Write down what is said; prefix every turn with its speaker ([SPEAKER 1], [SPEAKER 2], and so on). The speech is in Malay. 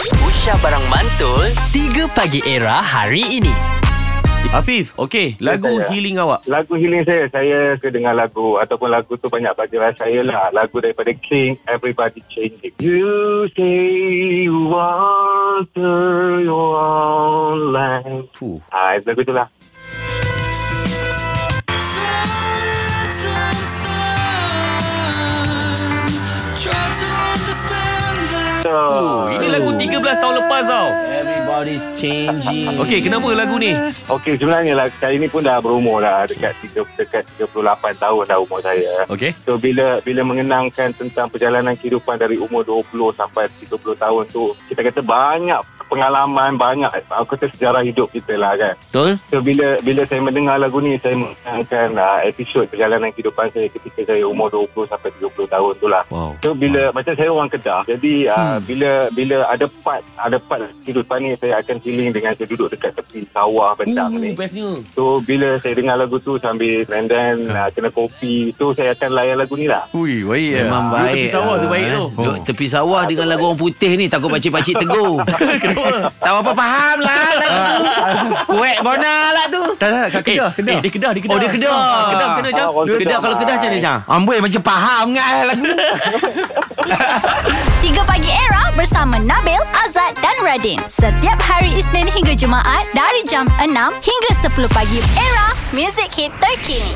[SPEAKER 1] Aisyah Barang Mantul 3 Pagi Era hari ini
[SPEAKER 2] Afif, okey, lagu
[SPEAKER 3] saya.
[SPEAKER 2] healing awak.
[SPEAKER 3] Lagu healing saya Saya suka dengar lagu Ataupun lagu tu banyak bagi rasa saya lah Lagu daripada King Everybody Changing You say you alter your own life
[SPEAKER 2] Fuh.
[SPEAKER 3] Ah, ha, lagu tu lah so,
[SPEAKER 2] Oh, ini lagu 13 tahun lepas tau.
[SPEAKER 4] Everybody's changing.
[SPEAKER 2] Okey, kenapa lagu ni?
[SPEAKER 3] Okey sebenarnya lah Saya ni pun dah berumur lah Dekat, 30, dekat 38 tahun dah umur saya
[SPEAKER 2] Okey.
[SPEAKER 3] So bila bila mengenangkan tentang perjalanan kehidupan dari umur 20 sampai 30 tahun tu kita kata banyak pengalaman banyak aku kata sejarah hidup kita lah kan.
[SPEAKER 2] Eh,
[SPEAKER 4] Betul?
[SPEAKER 3] So bila bila saya mendengar lagu ni saya mengenangkan uh, episod perjalanan kehidupan saya ketika saya umur 20 sampai 30 tahun tu lah.
[SPEAKER 2] Wow. Hmm.
[SPEAKER 3] So bila macam saya orang Kedah. Jadi uh, bila bila ada part ada part kehidupan ni saya akan feeling dengan saya duduk dekat tepi sawah bendang ni.
[SPEAKER 2] Ooh, bestnya. Ha.
[SPEAKER 3] So bila saya dengar lagu tu sambil and then uh, kena kopi tu saya akan layan lagu ni lah.
[SPEAKER 2] Ui, baik.
[SPEAKER 4] Memang
[SPEAKER 2] Duduk
[SPEAKER 4] baik.
[SPEAKER 2] Tepi sawah tu
[SPEAKER 4] ah,
[SPEAKER 2] baik
[SPEAKER 4] eh.
[SPEAKER 2] tu.
[SPEAKER 4] Duduk tepi sawah dengan lagu orang putih ni takut pakcik-pakcik tegur.
[SPEAKER 2] Kenapa?
[SPEAKER 4] tak apa faham lah lagu tu. Kuek bona lah tu.
[SPEAKER 5] Tak, tak, kat Kedah,
[SPEAKER 2] Eh,
[SPEAKER 5] Kedah.
[SPEAKER 2] eh, dia kedah, dia kedah.
[SPEAKER 4] Oh, dia Kedah.
[SPEAKER 2] Ah, Kedah macam mana, Syam?
[SPEAKER 3] Ah, orang
[SPEAKER 4] Kedah kalau kedah macam mana Syah?
[SPEAKER 5] Amboi macam faham kan eh, lagu
[SPEAKER 6] 3 Pagi Era bersama Nabil, Azad dan Radin. Setiap hari Isnin hingga Jumaat dari jam 6 hingga 10 pagi. Era, music hit terkini.